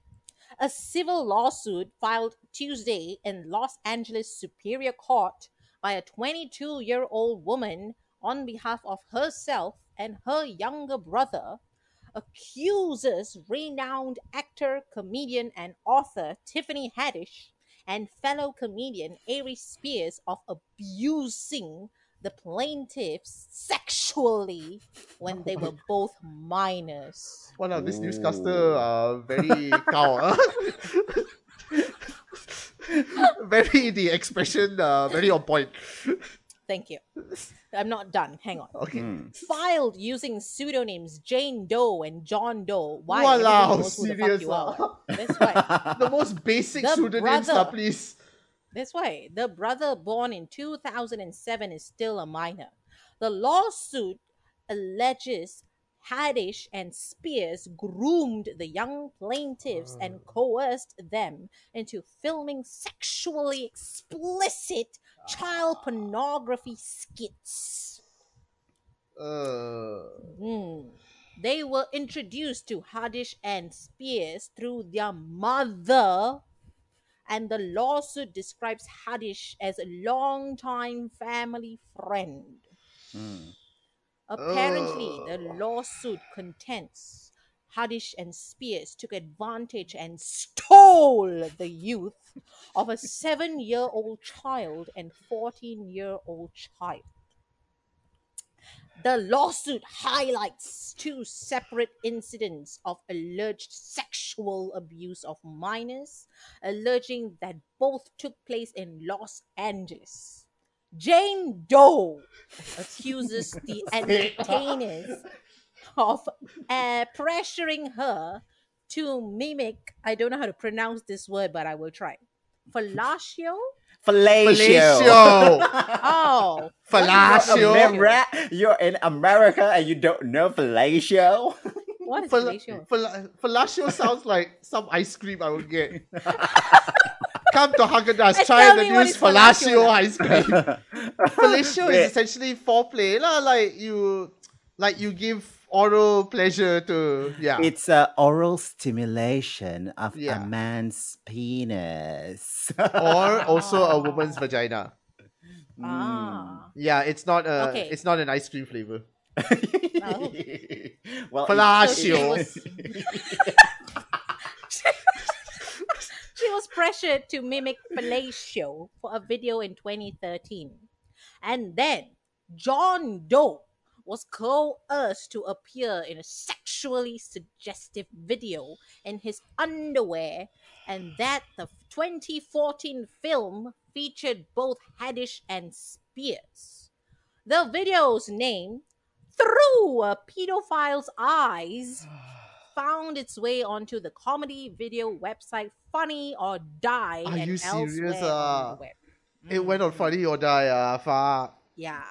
S2: a civil lawsuit filed Tuesday in Los Angeles Superior Court by a 22 year old woman on behalf of herself and her younger brother accuses renowned actor, comedian, and author Tiffany Haddish and fellow comedian Ari Spears of abusing the plaintiffs sexually when they were both minors.
S3: One of this
S1: Ooh.
S3: newscaster uh, very cow. very the expression uh, very on point.
S2: Thank you. I'm not done. Hang on.
S3: Okay.
S1: Mm.
S2: Filed using pseudonyms Jane Doe and John Doe. Why?
S3: Walao,
S2: everybody knows who the fuck
S3: serious
S2: you are.
S3: ah.
S2: That's right.
S3: The most basic
S2: The
S3: pseudonyms
S2: brother.
S3: lah, please.
S2: That's why the brother born in 2007 is still a minor. The lawsuit alleges Haddish and Spears groomed the young plaintiffs and coerced them into filming sexually explicit child pornography skits.
S3: Uh,
S2: Mm. They were introduced to Haddish and Spears through their mother, and the lawsuit describes Haddish as a longtime family friend.
S1: Mm.
S2: Apparently,
S3: Ugh.
S2: the lawsuit contends Haddish and Spears took advantage and stole the youth of a seven year old child and 14 year old child. The lawsuit highlights two separate incidents of alleged sexual abuse of minors, alleging that both took place in Los Angeles. Jane Doe accuses the entertainers of uh, pressuring her to mimic, I don't know how to pronounce this word, but I will try. Fellatio?
S1: Fellatio.
S3: Fellatio.
S2: Oh,
S1: You're,
S2: Fellatio.
S3: Fellatio.
S1: Ameri- you're in America and you don't know fellatio.
S2: what is
S3: Fel-
S2: fellatio?
S3: fel- fellatio sounds like some ice cream I would get. Come to Haagen-Dazs,
S2: And
S3: try
S2: tell
S3: the
S2: me what
S3: news
S2: is fellatio
S3: fellatio ice cream. fellatio
S1: Wait.
S3: is essentially foreplay lah. Like you, like you give oral pleasure to yeah.
S1: It's a oral stimulation of
S3: Ah. Yeah.
S1: a man's penis.
S3: or also a woman's vagina.
S1: Mm. Hmm.
S2: Ah.
S3: Yeah, it's not a.
S2: Okay.
S3: It's not an ice cream flavor.
S2: Oh.
S1: well,
S2: So she
S3: Fellatio.
S2: was, she was pressured to mimic fellatio for a video in 2013. And then John Doe was coerced to appear in a sexually suggestive video in his underwear, and that the 2014 film featured both Haddish and Spears. The video's name, Through a Pedophile's Eyes, found its way onto the comedy video website Funny or Die
S3: Are
S2: and
S3: you serious,
S2: elsewhere on
S3: ah?
S2: the web. Mm.
S3: It went on funny or die. Uh, fuck.
S2: Yeah.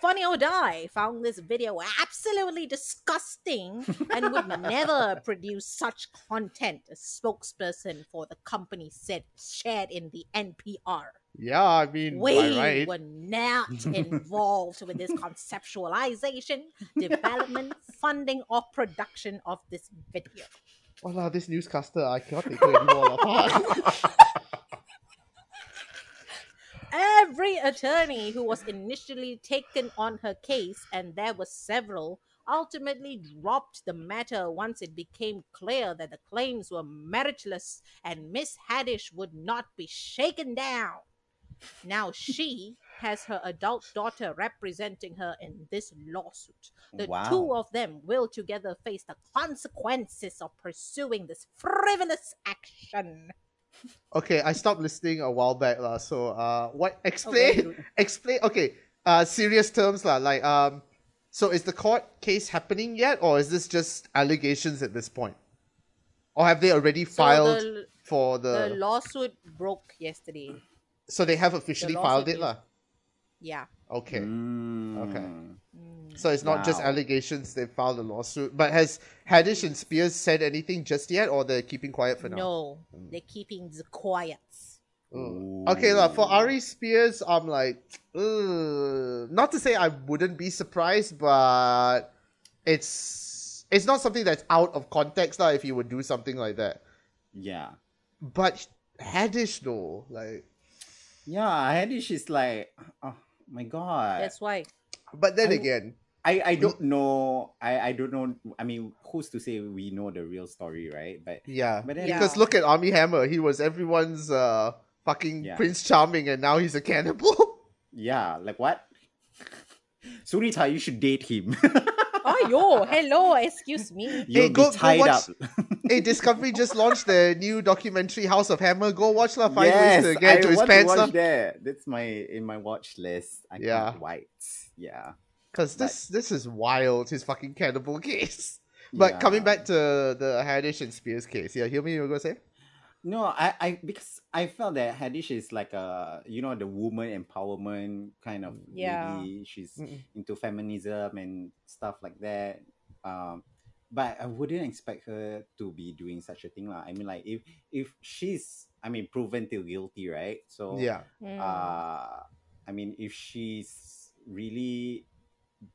S2: Funny or Die found this video absolutely disgusting and would never produce such content, a spokesperson for the company said, shared in the NPR.
S3: Yeah, I mean,
S2: We
S3: by right.
S2: were not involved with this conceptualization, development, funding, or production of this video.
S3: Oh, no, this newscaster, I cannot take her anymore. lah, fuck.
S2: Every attorney who was initially taken on her case, and there were several, ultimately dropped the matter once it became clear that the claims were meritless and Miss Haddish would not be shaken down. Now she has her adult daughter representing her in this lawsuit. The
S1: Wow.
S2: two of them will together face the consequences of pursuing this frivolous action.
S3: okay, I stopped listening a while back, lah. So, uh, what?
S2: Oh, very
S3: Explain.
S2: good.
S3: explain. Okay. Uh, serious terms, lah. Like, um, so is the court case happening yet, or is this just allegations at this point, or have they already filed
S2: the-
S3: for the?
S2: The lawsuit broke yesterday.
S3: so they have officially
S2: the
S3: filed
S2: lawsuit
S3: it,
S2: is-
S3: lah.
S2: Yeah.
S3: Okay.
S1: Mm.
S3: So it's not just
S1: Wow.
S3: allegations they filed a lawsuit. But has Haddish and Spears said anything just yet or they're keeping quiet for now?
S2: No,
S1: Mm.
S2: they're keeping the quiet.
S3: Mm. Okay, lah. for Ari Spears, I'm like, "Ugh." not to say I wouldn't be surprised, but it's it's not something that's out of context lah if you would do something like that.
S1: Yeah.
S3: But Haddish though, like,
S1: Yeah, Hadish is like, oh my god.
S2: That's why.
S3: but then
S1: I-
S3: again,
S1: I I don't know. I I don't know. I mean, who's to say we know the real story, right? But
S3: yeah,
S1: But then-
S3: because
S2: Yeah.
S3: look at Army Hammer. He was everyone's uh fucking
S1: Yeah.
S3: Prince Charming, and now he's a cannibal.
S1: yeah, like what? Sunita, you should date him.
S2: Oh, yo, hello, excuse me.
S1: You'll be
S3: go- go
S1: tied up.
S3: watch hey, Discovery just launched their new documentary House of Hammer. Go watch la. Find ways to get
S1: I
S3: into his
S1: want
S3: pants
S1: to
S3: lah.
S1: watch that. That's my in my watch list. I
S3: Yeah.
S1: can't wait. Yeah.
S3: Because this this is wild, his fucking cannibal case. But
S1: Yeah.
S3: coming back to the Haddish and Spears case, yeah, hear me, you were gonna say?
S1: No, I, I because I felt that Hadish is like a you know the woman empowerment kind of
S2: Yeah.
S1: lady. She's
S3: Mm.
S1: into feminism and stuff like that. Um, but I wouldn't expect her to be doing such a thing, lah. I mean, like if if she's I mean proven till guilty, right? So
S3: Yeah.
S2: Mm.
S1: uh, I mean, if she's really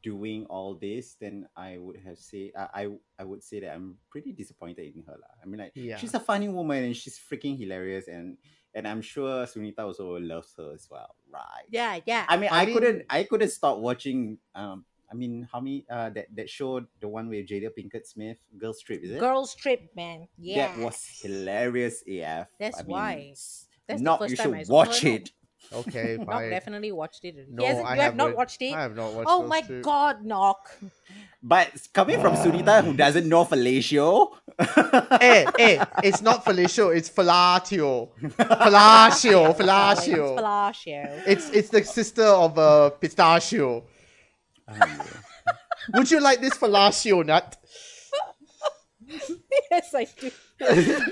S1: doing all this, then I would have say I I, I would say that I'm pretty disappointed in her lah. I mean, like
S3: Yeah.
S1: she's a funny woman and she's freaking hilarious, and and I'm sure Sunita also loves her as well, right?
S2: yeah, yeah.
S1: I mean,
S3: I
S1: I,
S3: mean-
S1: couldn't I couldn't stop watching. Um, I mean, how many uh that that show the one with Jada Pinkett Smith, Girls Trip, is it?
S2: Girls trip, man. Yeah.
S1: That was hilarious AF.
S2: That's
S1: I mean,
S2: why.
S1: s-
S2: That's the
S1: not
S2: first
S1: you
S2: time
S1: should
S2: I saw
S1: watch
S2: her,
S1: it.
S2: no.
S3: Okay,
S2: Knock
S3: fine.
S2: definitely watched it.
S3: No,
S2: he hasn't,
S3: I
S2: you have not
S3: haven't.
S2: watched it.
S3: I have not watched
S2: Oh
S3: those
S2: my
S3: two.
S2: god, knock.
S1: But coming from Sunita, who doesn't know fellatio,
S3: Eh, eh, it's not fellatio, it's fellatio. Fellatio,
S2: It's
S3: fellatio.
S2: Palacio.
S3: It's it's the sister of uh, pistachio. Would you like this fellatio nut?
S2: yes, I do.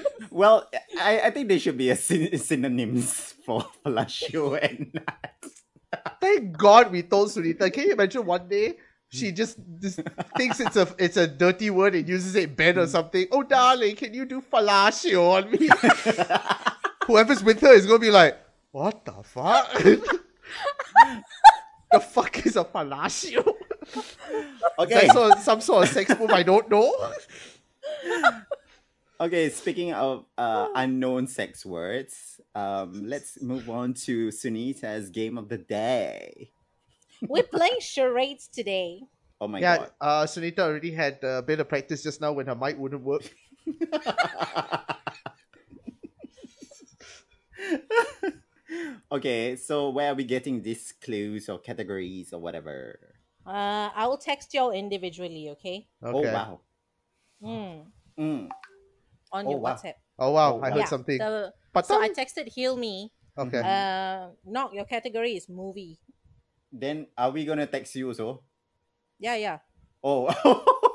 S1: well, I, I think there should be a syn- synonyms for fellatio and
S3: Thank God we told Sunita. Can you imagine one day she just, just thinks it's a it's a dirty word and uses it bad
S1: Mm.
S3: or something? Oh darling, can you do fellatio on me? Whoever's with her is gonna be like, what the fuck? the fuck is a fellatio?
S1: okay. Oh
S3: That's sort of- some sort of sex move I don't know.
S1: Okay, speaking of
S3: Oh.
S1: uh, unknown sex words, um, let's move on to Sunita's game of the day.
S2: We're playing charades today.
S1: Oh my
S3: yeah, uh, Sunita already had a bit of practice just now when her mic wouldn't work.
S1: god. okay, so where are we getting these clues or categories or whatever?
S2: Uh, I will text y'all individually, okay?
S3: Okay.
S1: Oh wow.
S2: Mm,
S1: Mm.
S2: on
S1: Oh,
S2: your
S1: wow.
S2: WhatsApp.
S3: Oh, wow,
S1: Oh,
S3: I
S1: wow.
S3: heard
S2: yeah,
S3: something.
S2: the-
S3: But
S2: so I texted Heal Me.
S3: okay.
S1: Mhm.
S2: Uh, knock, your category is movie.
S1: Then are we gonna text you also?
S2: Yeah, yeah.
S1: Oh,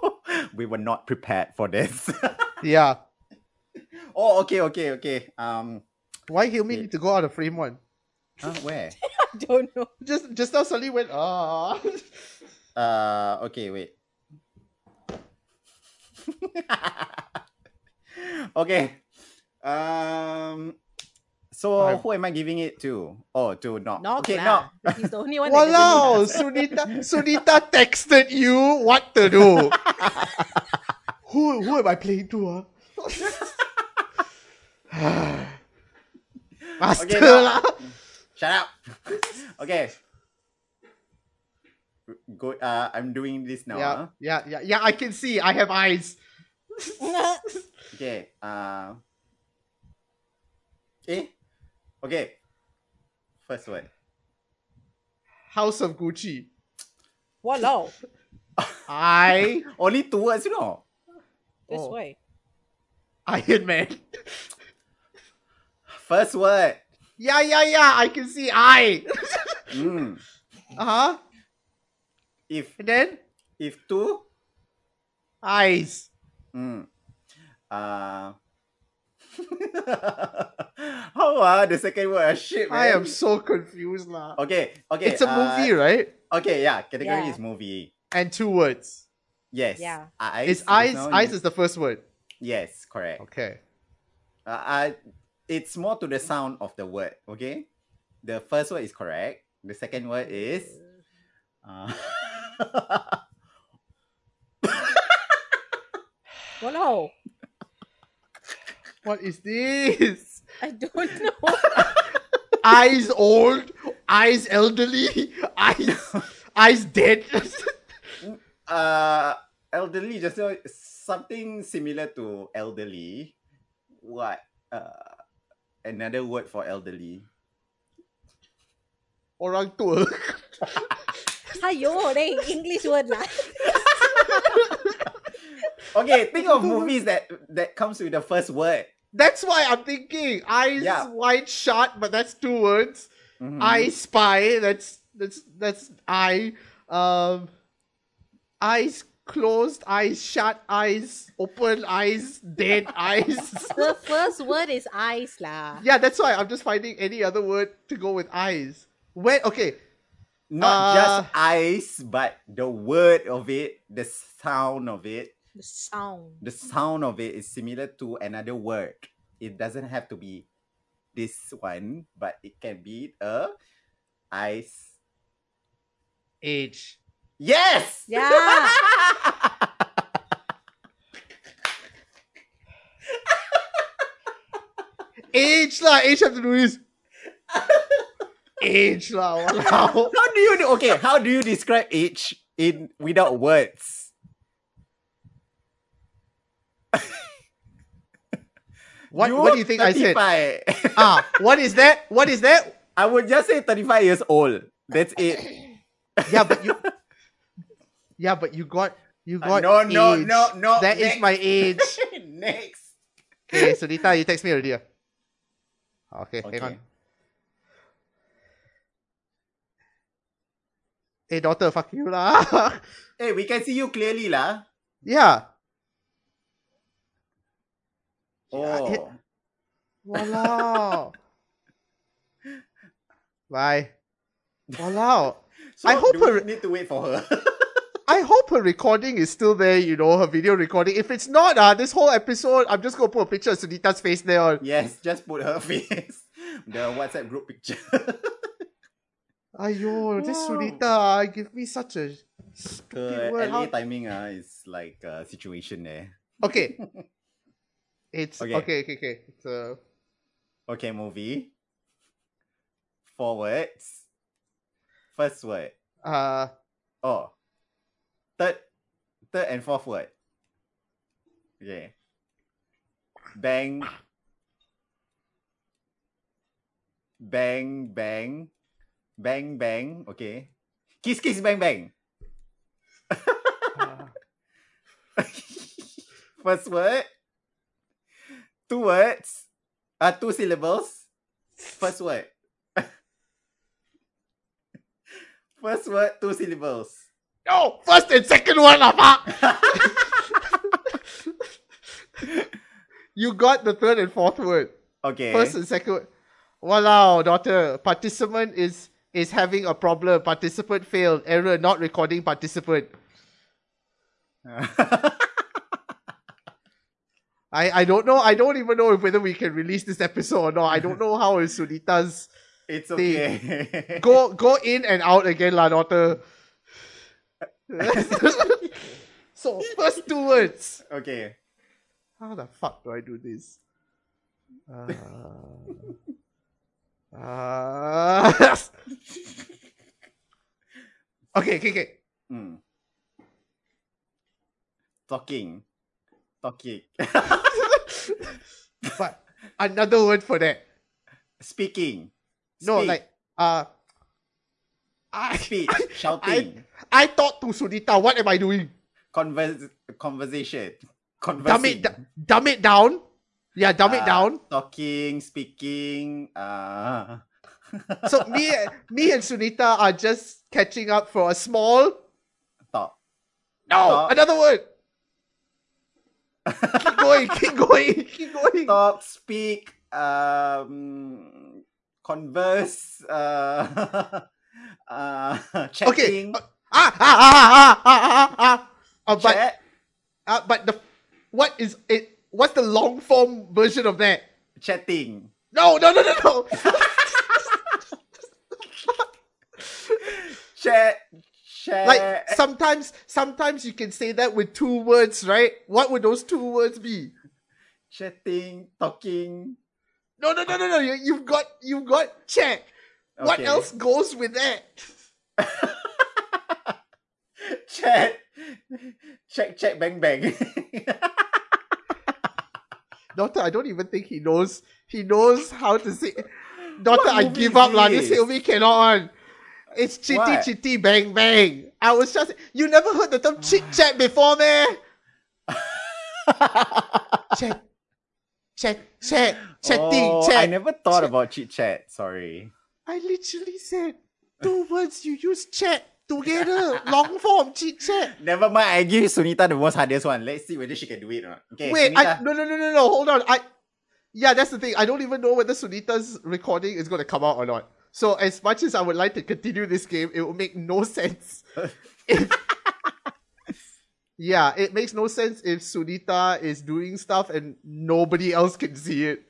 S1: we were not prepared for this.
S3: yeah.
S1: oh, okay, okay, okay. Um,
S3: Why Hilmi
S1: Yeah.
S3: need to go out of frame one?
S1: huh, where?
S2: I don't know.
S3: Just just now suddenly went ah.
S1: Uh, okay, wait. okay. Um. So
S3: Five.
S1: who am I giving it to? Oh, to not.
S2: Knock,
S1: okay,
S2: lah.
S1: now.
S2: He's the only one that doesn't know.
S3: Walao, Sunita Sunita texted you what to do. who who am I playing to? Huh? Master
S1: Okay, now.
S3: lah.
S1: Shut up. okay. Go. Uh, I'm doing this now.
S3: Yeah,
S1: huh?
S3: yeah, yeah, yeah. I can see. I have eyes.
S1: Okay. Uh. Eh. Okay. First word.
S3: House of Gucci.
S2: Walao.
S3: I
S1: Only two words, you know.
S2: This
S3: Oh.
S2: way.
S3: Iron Man.
S1: First word.
S3: Yeah, yeah, yeah. I can see. I.
S1: Mm.
S3: Uh huh.
S1: If
S3: And then
S1: if two.
S3: eyes.
S1: Mm. Uh, how ah the second word? Shit, man.
S3: I am so confused lah.
S1: Okay, okay.
S3: it's a
S1: uh,
S3: movie, right?
S1: Okay, yeah. Category
S2: Yeah.
S1: is movie.
S3: And two words.
S1: Yes.
S2: Yeah.
S1: Eyes.
S3: It's
S1: just
S3: eyes.
S1: now
S3: Eyes
S1: you-
S3: is the first word.
S1: Yes, correct.
S3: Okay.
S1: Uh, I, it's more to the sound of the word. Okay. The first word is correct. The second word is. Uh,
S2: Walao.
S3: What is this?
S2: I don't know.
S3: eyes old, eyes elderly, eyes eyes dead.
S1: Uh, elderly just now something similar to elderly. What? Uh, another word for elderly.
S3: Orang tua.
S2: Ayo, they English word lah.
S1: Okay, think of movies that that comes with the first word.
S3: That's why I'm thinking eyes
S1: Yeah.
S3: wide shut, but that's two words.
S1: Mhm.
S3: I spy. That's that's that's I. Um, eyes closed, eyes shut, eyes open, eyes dead, eyes.
S2: The first word is eyes lah.
S3: yeah, that's why I'm just finding any other word to go with eyes. Where okay,
S1: not
S3: uh,
S1: just eyes, but the word of it, the sound of it.
S2: The sound.
S1: The sound of it is similar to another word. It doesn't have to be this one, but it can be a eyes.
S3: age.
S1: Yes.
S2: Yeah.
S3: Age lah. Age have to do this. age lah. Wow.
S1: How do you okay? How do you describe age in without words?
S3: What What do you think I said?
S1: 35.
S3: Ah, what is that? What is that?
S1: I would just say thirty-five years old. That's it.
S3: Yeah, but you. Yeah, but you got you
S1: Uh,
S3: got
S1: no, no,
S3: age.
S1: no, no.
S3: That
S1: next.
S3: is my age.
S1: next.
S3: okay, Sunita, you text me already. ah? Okay,
S1: Okay.
S3: hang on. Hey, daughter, fuck you lah.
S1: Hey, we can see you clearly lah.
S3: yeah.
S1: Oh.
S3: it- Wow. Bye. Wow.
S1: so
S3: I hope
S1: do we
S3: her-
S1: need to wait for her.
S3: I hope her recording is still there, you know, her video recording. If it's not, uh, this whole episode, I'm just gonna put a picture of Sunita's face there on.
S1: yes, just put her face. The WhatsApp group picture.
S3: Ayo, this
S1: Wow.
S3: Sunita ah, give me such a
S1: Her
S3: stupid word.
S1: LA
S3: How-
S1: timing uh, is like a situation there.
S3: Okay. It's okay,
S1: Okay.
S3: okay, okay. It's uh,
S1: Okay, movie. Four words. First word.
S3: uh
S1: Oh. Third third and fourth word. Okay. Bang. Bang bang. Bang bang. Okay. Kiss kiss bang bang.
S3: uh,
S1: First word. Two words. Uh two syllables. First word. First word, two syllables.
S3: no oh, first and second one lah, fuck. You got the third and fourth word.
S1: Okay.
S3: First and second word. Wow, daughter. Participant is is having a problem. Participant failed. Error not recording participant. I, I don't know. I don't even know whether we can release this episode or not. I don't know how is Sunita's
S1: it's
S3: They-
S1: okay.
S3: go go in and out again, la daughter. so first two words.
S1: okay.
S3: How the fuck do I do this? Uh, uh, okay, okay, okay.
S1: Mm. Talking. Talking.
S3: But another word for that.
S1: Speaking.
S3: No,
S1: Speak.
S3: like uh, I
S1: speech, shouting,
S3: I thought to Sunita, what am I doing?
S1: converse, conversation,
S3: Dumb
S1: conversing.
S3: it, d- dumb it down. Yeah, dumb it
S1: uh,
S3: down.
S1: Talking, speaking. Uh,
S3: So me, me and Sunita are just catching up for a small.
S1: talk.
S3: No,
S1: Talk.
S3: another word. keep going, keep going, keep going. Ah,
S1: Talk, speak, um, converse, uh, uh,
S3: Okay.
S1: chatting,
S3: Ah, ah, ah, ah, ah, ah, ah. Uh, but
S1: chat,
S3: uh, but the what is it? What's the long form version of that?
S1: chatting.
S3: No, no, no, no, no.
S1: Chat, chat.
S3: like sometimes, sometimes you can say that with two words, right? What would those two words be?
S1: chatting, talking.
S3: No, no, no, no, no. You, you've got, you've got check. What
S1: Okay.
S3: else goes with that?
S1: Check, check, check, bang, bang.
S3: Doctor, I don't even think he knows. He knows how to say. Doctor,
S1: What
S3: I
S1: movie
S3: give
S1: is
S3: up, lah. This
S1: this?
S3: movie cannot on. It's chitty
S1: What?
S3: chitty bang bang. I was just. You never heard the term chit chat before, man. Chat, chat, chat, chatting,
S1: oh,
S3: chat.
S1: I never thought
S3: chat.
S1: about chit chat. Sorry.
S3: I literally said two words. You use chat together, long form chit chat.
S1: Never mind. I give Sunita the most hardest one. Let's see whether she can do it or not. Okay,
S3: Wait, I,
S1: Sunita.
S3: no, no, no, no, no. Hold on. I, yeah, that's the thing. I don't even know whether Sunita's recording is going to come out or not. So as much as I would like to continue this game, it would make no sense. if- yeah, it makes no sense if Sunita is doing stuff and nobody else can see it.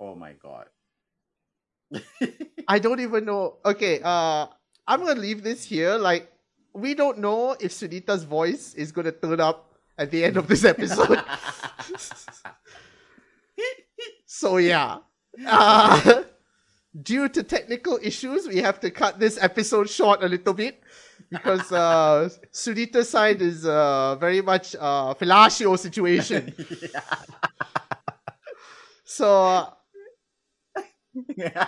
S1: Oh my god.
S3: I don't even know. Okay, uh, I'm gonna leave this here. Like, we don't know if Sunita's voice is gonna turn up at the end of this episode. so yeah, uh, due to technical issues, we have to cut this episode short a little bit because uh, Sunita's side is uh, very much uh, fellatio situation. So. Uh,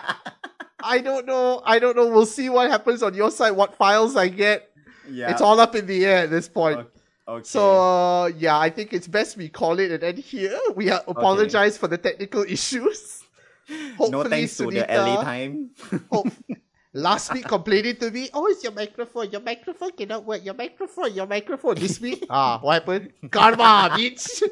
S3: I don't know. I don't know. We'll see what happens on your side, what files I get.
S1: yeah.
S3: It's all up in the air at this point.
S1: Okay. okay.
S3: So uh, yeah, I think it's best we call it and end here. We uh, apologize for the technical issues. Hopefully,
S1: no thanks to the
S3: Sunita-
S1: LA time.
S3: hope- last week complaining to me, oh, it's your microphone. Your microphone cannot work. Your microphone. Your microphone. This week, ah, what happened? Karma, bitch.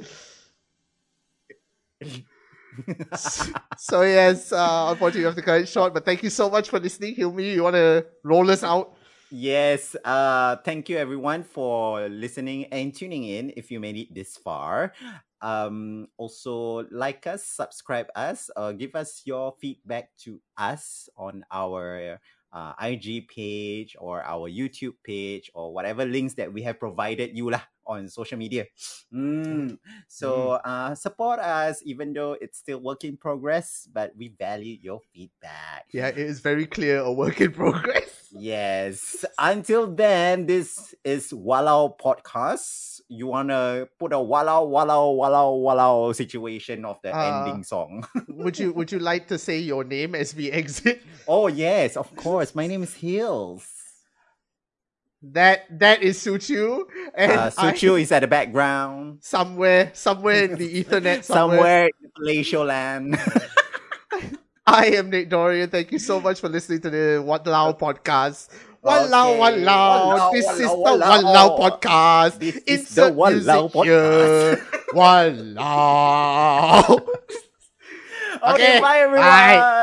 S3: so, so yes, uh, unfortunately, we have to cut it short. But thank you so much for listening, Hilmi. You want to roll us out?
S1: Yes, uh, thank you everyone for listening and tuning in if you made it this far. Um, also like us, subscribe us, uh, give us your feedback to us on our uh, IG page or our YouTube page or whatever links that we have provided you lah on social media. Mm. So uh, support us even though it's still work in progress, but we value your feedback.
S3: Yeah, it is very clear a work in progress.
S1: Yes. Until then, this is Walau Podcast. You wanna put a Walau Walau Walau Walau situation of the
S3: Ah.
S1: ending song.
S3: would you Would you like to say your name as we exit?
S1: oh yes, of course. My name is Hills.
S3: That That is Suchu, and
S1: Uh,
S3: I-
S1: Suchu is at the background.
S3: somewhere, somewhere in the Ethernet, somewhere.
S1: Somewhere in Malaysia land.
S3: I am Nate Dorian. Thank you so much for listening to the What Lao podcast. What Lao,
S1: Okay.
S3: What Lao.
S1: Walao,
S3: This is the
S1: walao,
S3: What Lao
S1: walao.
S3: podcast.
S1: This is the
S3: Insert
S1: Walao
S3: music
S1: podcast.
S3: here. What Lao.
S1: okay,
S3: Okay,
S1: bye everyone.
S3: bye.